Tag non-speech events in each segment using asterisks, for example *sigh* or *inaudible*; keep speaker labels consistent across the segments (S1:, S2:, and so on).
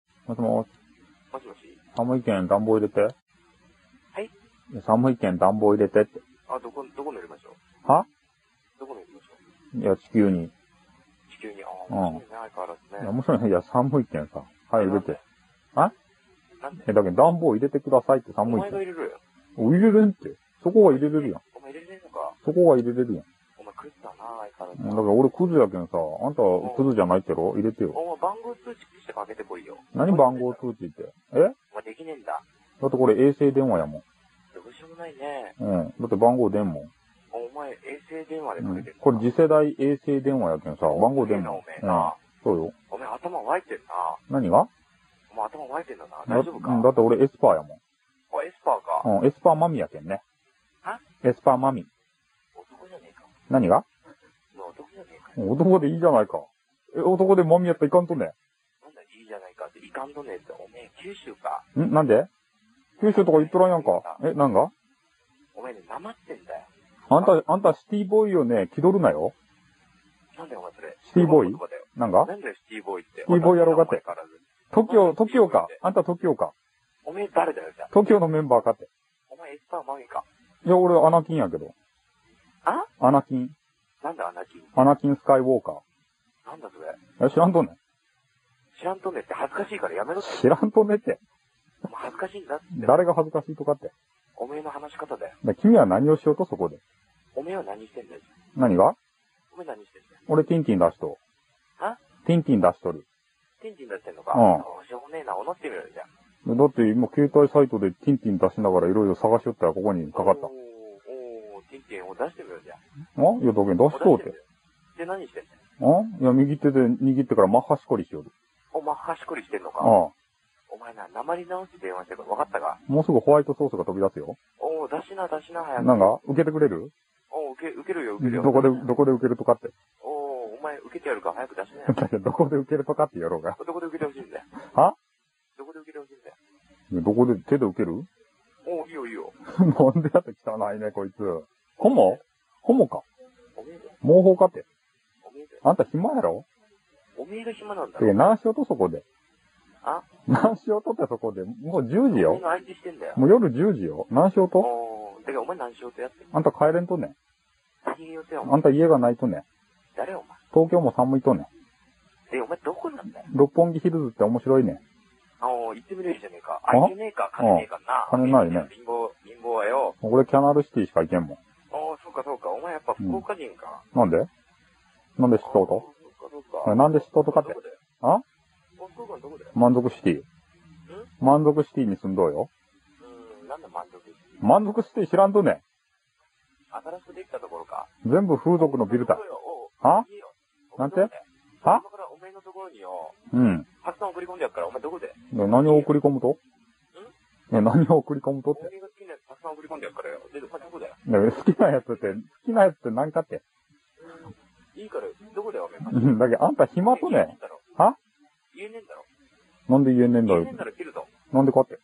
S1: もしもし、
S2: もしもし
S1: 寒いけん暖房入れて。
S2: はい
S1: いや寒いけん暖房入れてって。
S2: あ、どこ、どこ乗りましょう
S1: は
S2: どこ乗りましょう
S1: いや、地球に。い
S2: 地球に。あ
S1: う
S2: あ、
S1: ん
S2: 面白いね、相変わらず
S1: や、
S2: ね。
S1: もちろん、いや、寒いけんさ。はい、入れて。
S2: なんで
S1: え、だけど暖房入れてくださいって
S2: お
S1: 寒い
S2: 前
S1: けん。
S2: が入れろよ。
S1: お入れれんって。そこは入れれるやん。
S2: お前入れれるのか。
S1: そこは入れれるやん。
S2: お前クズだな、相
S1: うんだけ
S2: 変わらず。
S1: ど俺クズやけんさ、あんたクズじゃないってろ入れてよ。
S2: お前番号通知してかけてこいよ。
S1: 何番号通知って。え
S2: お前できねえんだ。
S1: だってこれ衛星電話やもん。
S2: どうしようもないね。
S1: うん。だって番号出んもん。
S2: お前衛星電話で
S1: う
S2: かけ
S1: ん
S2: てる。
S1: これ次世代衛星電話やけんさ、番号出ん
S2: な、
S1: もん。
S2: おめえ
S1: うん
S2: な。
S1: そうよ。
S2: お前頭湧いてんな。
S1: 何が
S2: お前頭湧いてんだな。
S1: だ
S2: 大丈夫か
S1: うんだって俺エスパーやも
S2: あ、エスパーか。
S1: ん。うん、エスパーマミやけんね。
S2: あ
S1: エスパーマミ。
S2: 男じゃねえか。
S1: 何が
S2: 男じゃねえか。
S1: 男でいいじゃないか。え、男でマミやったらいかんとね。
S2: なんだ、いいじゃないかって。いかんとねえって。おめえ九州か。
S1: んなんで九州とか言っとらんやんか。え、なんが
S2: お前ね、なまってんだよ。
S1: あんた、あんたシティボーイをね、気取るなよ。
S2: なんだよ、お前それ。
S1: シティボーイ
S2: 男だよ
S1: なんが
S2: なんだよ、シティボーイって。シ
S1: ティボーイやろうかって
S2: 変わらず。
S1: トキオ、トキオか。あんたトキオか。
S2: おめえ誰だよ、じゃあ。
S1: トキオのメンバーかって。
S2: お前エスパーマゲか。
S1: いや、俺アナキンやけど。
S2: あ
S1: アナキン。
S2: なんだ、アナキン。
S1: アナキンスカイウォーカ
S2: なんだ、それ。
S1: ー。え、知らんとね。
S2: 知らんとねえって恥ずかしいからやめろって。
S1: 知らんとねって。
S2: お前恥ずかしいんだって。
S1: 誰が恥ずかしいとかって。
S2: おめえの話し方だ
S1: だ
S2: よ。
S1: から君は何をしようとそこで。
S2: おめえは何してんだよ。
S1: 何が
S2: おめえ何してんだよ。
S1: 俺、ティンティン出しとう。
S2: あ
S1: ティンティン出しとる。
S2: 天神出してんのか。
S1: うん
S2: どうしようもねえな、おなってみろよ、じゃあ。
S1: だって今、携帯サイトでティンティン出しながらいろいろ探しよったらここにかかった
S2: おー。おー、天神を出してみろよ、じゃあ。
S1: あいや、だけど出しとうて。
S2: で、何してんだよ。
S1: あいや、右手で握ってからマッハしこりしよる。
S2: お前、端くりしてんのか。
S1: ああ。も
S2: お前な、鉛直して電話してるから分かったか。
S1: うすぐホワイトソースが飛び出すよ。
S2: おー、出しな、出しな、早く。
S1: なんか、受けてくれる
S2: おう、受け、受けるよ、受けるよ。
S1: どこで、どこで受けるとかって。 *laughs*
S2: おう、お前受けてやるから早く出しなよ。
S1: だけど、どこで受けるとかってやろうが。
S2: どこで受けてほしいんだよ。
S1: は
S2: どこで受けてほしいんだよ。
S1: どこで、手で受ける *laughs*
S2: おう、いいよ、いいよ。
S1: なんでやって汚いね、こいつ。ホモホモか。
S2: おめえだよ、
S1: 毛包かって。
S2: おめえだよ。
S1: あんた暇やろ
S2: おめえが暇なんだ
S1: い
S2: ろ。
S1: や、何しようとそこで。
S2: あ
S1: 何しようとってそこで。もう10時
S2: おめえ
S1: よ。
S2: の相手してんだよ。
S1: もう夜10時よ。何しようと
S2: おう、だけどお前何しようとやってんの
S1: あんた帰れんとね。
S2: 何言うてよ、お前。
S1: あんた家がないとね。
S2: 誰お前。
S1: 東京も寒いとね。
S2: で、お前どこなんだよ。
S1: 六本木ヒルズって面白いね。
S2: おう、行ってみれるじゃねえか。相手ねえか、金ねえかな。
S1: 金ないね。
S2: 貧乏、貧乏はよ。
S1: 俺キャナルシティしか行けんもん。
S2: おう、そうかそうか。お前やっぱ福岡人か。
S1: なんでなんで知っとう
S2: おう
S1: と
S2: そうか
S1: あ
S2: そうか。
S1: れなんで知っとうとかって
S2: どこだよ
S1: あ
S2: お福岡のどこだよ。
S1: 満足シティ。満足シティに住んどうよ。
S2: うーん、なんだ満足してる
S1: 満足シティ知らんとね。
S2: 新しくできたところか。
S1: 全部風俗のビルだ。
S2: あ
S1: あな
S2: なん
S1: ん
S2: て
S1: あ
S2: 今からおめえのところによ、
S1: うん。
S2: たくさん送り込んでやっから、お前どこで
S1: で何を送り込むとね何を送り込むとっ
S2: お
S1: て。
S2: めえが好きなやつたくさん送り込んでやっからよ。で、お前どこだよ
S1: ね好きなやつって、好きなやつって何かって。
S2: いいから、どこだよ、おめえ。
S1: うんだけどあんた暇とね。
S2: は
S1: は
S2: 言えねえんだろ。
S1: なんで言えねえんだ
S2: 言
S1: よ
S2: えねえ。んだろ、切るぞ。
S1: なんでかって。だけ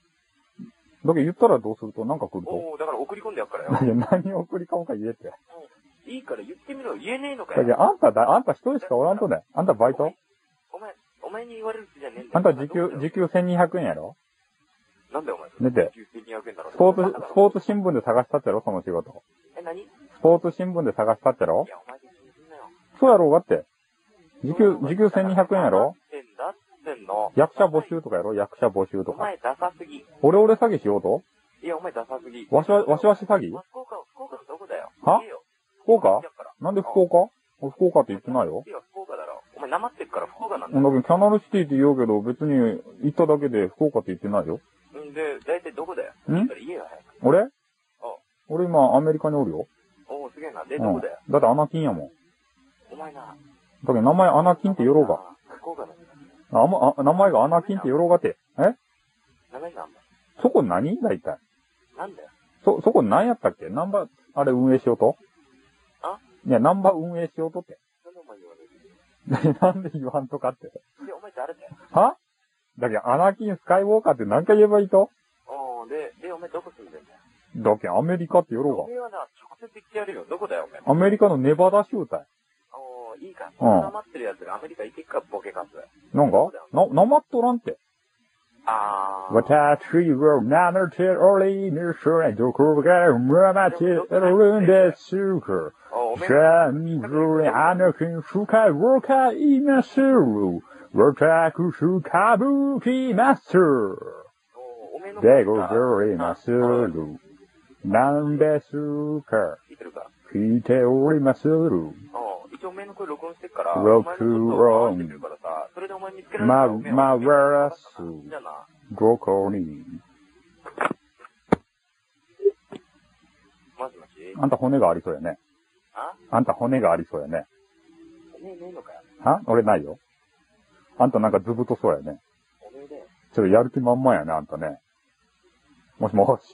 S1: ど言ったらどうするとなんか来ると。
S2: おおだから送り込んでやっから
S1: だ
S2: よ。
S1: けど何を送り込むか言えって。
S2: いいから言ってみろよ。言えねえのか
S1: だけ
S2: よ。
S1: どあんただ、あんた一人しかおらんとね。あんたバイト
S2: お前、お前に言われるってじゃねえんだよ。
S1: あんた時給
S2: お前どこだよ、
S1: 時給1200円やろ
S2: なんだよ、お前。
S1: 出て。
S2: 1200円だろ。
S1: スポーツ、スポ
S2: ツ。
S1: ーツ新聞で探したってろその仕事。
S2: え、何いや、
S1: スポーツ新聞で探したってろ
S2: お前で気にすんなよ。
S1: そうやろうがって。時給、時給1200円やろ
S2: だってんだってんの。
S1: 役者募集とかやろ役者募集と
S2: お
S1: か。
S2: 前ダサすぎ。
S1: オレオレ詐欺しようと
S2: いや、お前ダサすぎ。
S1: わしは、わしわし詐欺
S2: お前福岡、福岡のどこだよ。
S1: は
S2: 言えよ
S1: 福岡
S2: だから
S1: なんで福岡俺福岡って言ってないよ。
S2: いや、福岡だろ。お前、なまってっから福岡なんだ
S1: だけど、
S2: よ。
S1: キャナルシティって言うけど、別に行っただけで福岡って言ってないよ。
S2: んで、大体どこだよ。
S1: ん
S2: いいから言えよ、
S1: 俺俺今、アメリカにおるよ。
S2: 早く。おお、すげえな。で、
S1: うん。
S2: どこだよ。
S1: だってアナキンやもん。だ
S2: お前な。
S1: けど、名前アナキンってよろうが。
S2: が。福岡なんだよ。
S1: あま、あ名前がアナキンってよろうがって。え
S2: 名前なんだよ。
S1: そこ何大体。
S2: なんだよ。
S1: そ、そこ何やったっけナンバー、あれ運営しようと
S2: あ
S1: いや、ナンバー運営しようとって。 *laughs*
S2: なんでお前言われる
S1: なんで言わんとかって。
S2: で、お前誰だよ。
S1: はだけど、アナキン・スカイウォーカーって何回言えばいいと
S2: おお、で、で、お前どこ住んでんだよ。
S1: だけど、アメリカってよ
S2: お
S1: ろ
S2: 前はな、直接言ってやるよ。どこだよ、お前。
S1: うが。アメリカのネバダ州隊。
S2: おお、いいか。
S1: うん
S2: なまってるやつがアメリカ行けっか、ボケカス。
S1: なんかな、なまっとらんって。
S2: あー。
S1: 私は七手折りにすれどこが村町でるんですか
S2: おおめでとう
S1: さあ、みぞれあの君しかごかいます私、歌舞伎マスター。
S2: おめの
S1: でございます
S2: あ
S1: る。なんですか
S2: 聞いてるか。
S1: 聞いておりまする。
S2: うん一応おめの声録音してっから、
S1: 録音
S2: お前のこと回してくるからさ、それでお前見つけられ
S1: ま
S2: たおめ
S1: ま
S2: おめの
S1: わらす
S2: じゃあな。
S1: ごこに。
S2: もしもし
S1: あんた骨がありそうやね。
S2: あ
S1: あんた骨がありそうやね。
S2: おめねえのかよ。
S1: は俺ないよ。あんたなんかずぶとそうやね。
S2: おめで。
S1: ちょっとやる気満々やね、あんたね。もしもし。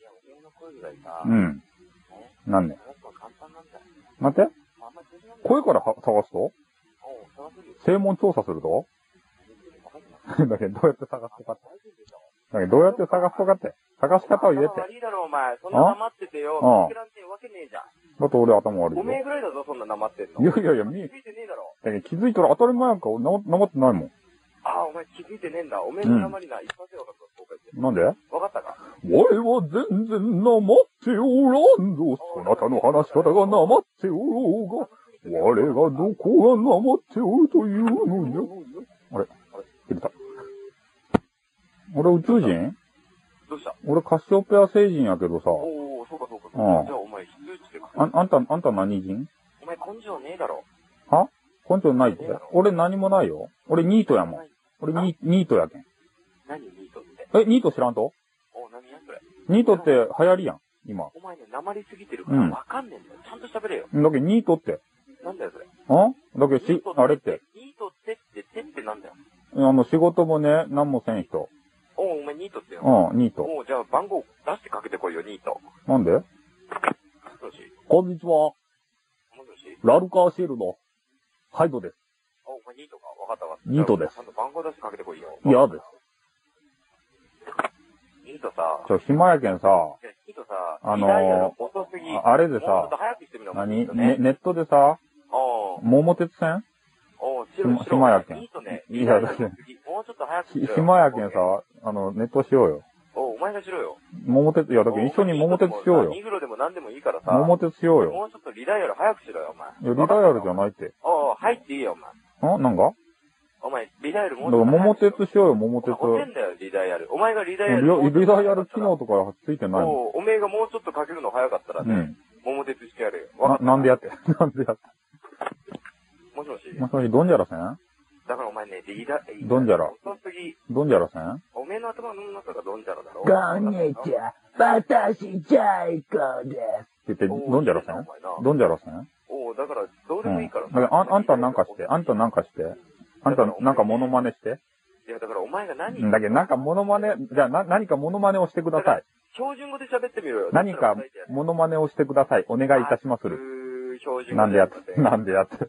S2: いや、おめの声ぐらいさ、
S1: う
S2: ね、
S1: ん。なんね。
S2: 探すの簡単なんだよ。
S1: 待って。
S2: まああんまり通じないんだ
S1: 声
S2: よ。
S1: からは探すと
S2: おう探せるよ。
S1: 正門調査すると *laughs*
S2: わかんな
S1: だ
S2: い
S1: けどどうやって探すとかって。
S2: 大丈夫でしょ
S1: だけどどうやって探すとかって。探し方を言えって。
S2: 頭悪いだろ、お前。そんな黙っててよ。
S1: あ
S2: 見つけらんてえわけねえじゃん。
S1: だって俺頭悪い
S2: お
S1: よ。
S2: めえぐらいだぞ、そんな黙ってんの。
S1: いやいやいやみ
S2: 気づいてねえだろ。
S1: だけど気づいたら当たり前やんか。俺な、なまってないもん。
S2: ああ、お前気づいてねえんだ。おめえの黙りな、一発で分かったぞ、公開って。
S1: なんで
S2: 分かったか
S1: 俺は全然なまっておらんぞ。そなたの話し方がなまっておろうが。我がどこがなまっておるというのじゃ。入れた。俺宇宙人
S2: どうした
S1: 俺カシオペア星人やけどさ。
S2: おおそうかそうかそう
S1: ああ
S2: か。じゃあお前、非通知でか。
S1: あ、あんた、あんた何人
S2: お前根性ねえだろ。
S1: 根性ないって。俺何もないよ。俺ニートやもん。俺ニニートやけん。
S2: 何ニートって。
S1: え、ニート知らんと
S2: おう何やそれ。
S1: ニートって流行りやん。今。
S2: お前ね、黙りすぎてるから
S1: うん
S2: 分かんねえんだよ。ちゃんと喋れよ。
S1: だけどニートって。
S2: なんだよ、そ
S1: ん
S2: れ。
S1: だけど
S2: ニー
S1: し
S2: ト、
S1: あれって。。
S2: ニートってって、てってなんだよ。
S1: あの、仕事もね、何もせん人。
S2: おうお前ニートってよ。
S1: うん、ニート。
S2: おうじゃあ番号出してかけてこいよ、ニート。
S1: なんで
S2: もしもし
S1: こんにちは。
S2: もしもし
S1: ラルカーシールの、ハイドです。
S2: おお前ニートか。分かったわ。
S1: ニートです
S2: ちゃんと番号出してかけてこいよ。
S1: 嫌です。
S2: ニートさ
S1: ち、ょ、暇やけんさ、
S2: いやニートさ、
S1: あのー
S2: 時代やろ遅すぎ。
S1: ああれで
S2: もうちょっと
S1: さ、
S2: 早くしてみろ。ニ
S1: 何
S2: ート
S1: ね、
S2: ね。
S1: ネットでさ、
S2: おう
S1: 桃鉄線
S2: おう白
S1: ひ
S2: 白。
S1: まやけん
S2: ニートね。
S1: いや
S2: 時代が遅すぎもうちょっと早くし
S1: ひ
S2: ろよ
S1: 暇やけんさ。、あの、ネットしようよ。
S2: おうお前がしろよ。
S1: 桃鉄、いや、だけど一緒に桃鉄しようよ。
S2: ニグロでも何でもいいからさ。
S1: 桃鉄しようよ。
S2: もうちょっとリダイヤル早くしろよ、お前。
S1: いや、リダイヤルじゃないって。
S2: おう、入っていいよ、お前。
S1: んなんか
S2: お前、リダイヤル
S1: だから
S2: もうちょっと
S1: 桃
S2: 早くしろ。
S1: 鉄しようよ、桃鉄。
S2: お前遅えんだよ、リダイヤル。お前がリダイヤルもうちょっと
S1: リダイヤル機
S2: 早
S1: 能とかついて
S2: かった
S1: ない
S2: ら。
S1: の
S2: おうおめえがもうちょっとかけるの早かったら
S1: う
S2: ね、
S1: ん。
S2: 桃鉄してやるよ。
S1: な
S2: わか、った
S1: なんでやって *laughs* なんでやって
S2: もしもし。
S1: もしもし、ドンジャラ戦
S2: だからお前ね、リダ、
S1: ドンジャラ
S2: 遅すぎ。
S1: ドンジャラ戦
S2: おめえの頭の中がドンジャラだろ。
S1: こんにちは、私、ジャイコです。って言って、
S2: おう
S1: ドンジャラ
S2: お前
S1: 戦
S2: な
S1: ドンジャラ戦
S2: おう、だから、どうで
S1: う
S2: も
S1: ん。
S2: いい
S1: だ
S2: からさ
S1: からあん、あんたなんかして、あんたなんかして、あんたなんかモノマネして。
S2: いや、だからお前が何
S1: だけど、なんかモノマネ、じゃあな、何かモノマネをしてください。
S2: 標準語で喋ってみろよ。
S1: 何かモノマネをしてください。お願いいたしまする。
S2: うー標準語
S1: なんでやって、
S2: な
S1: なんでやって。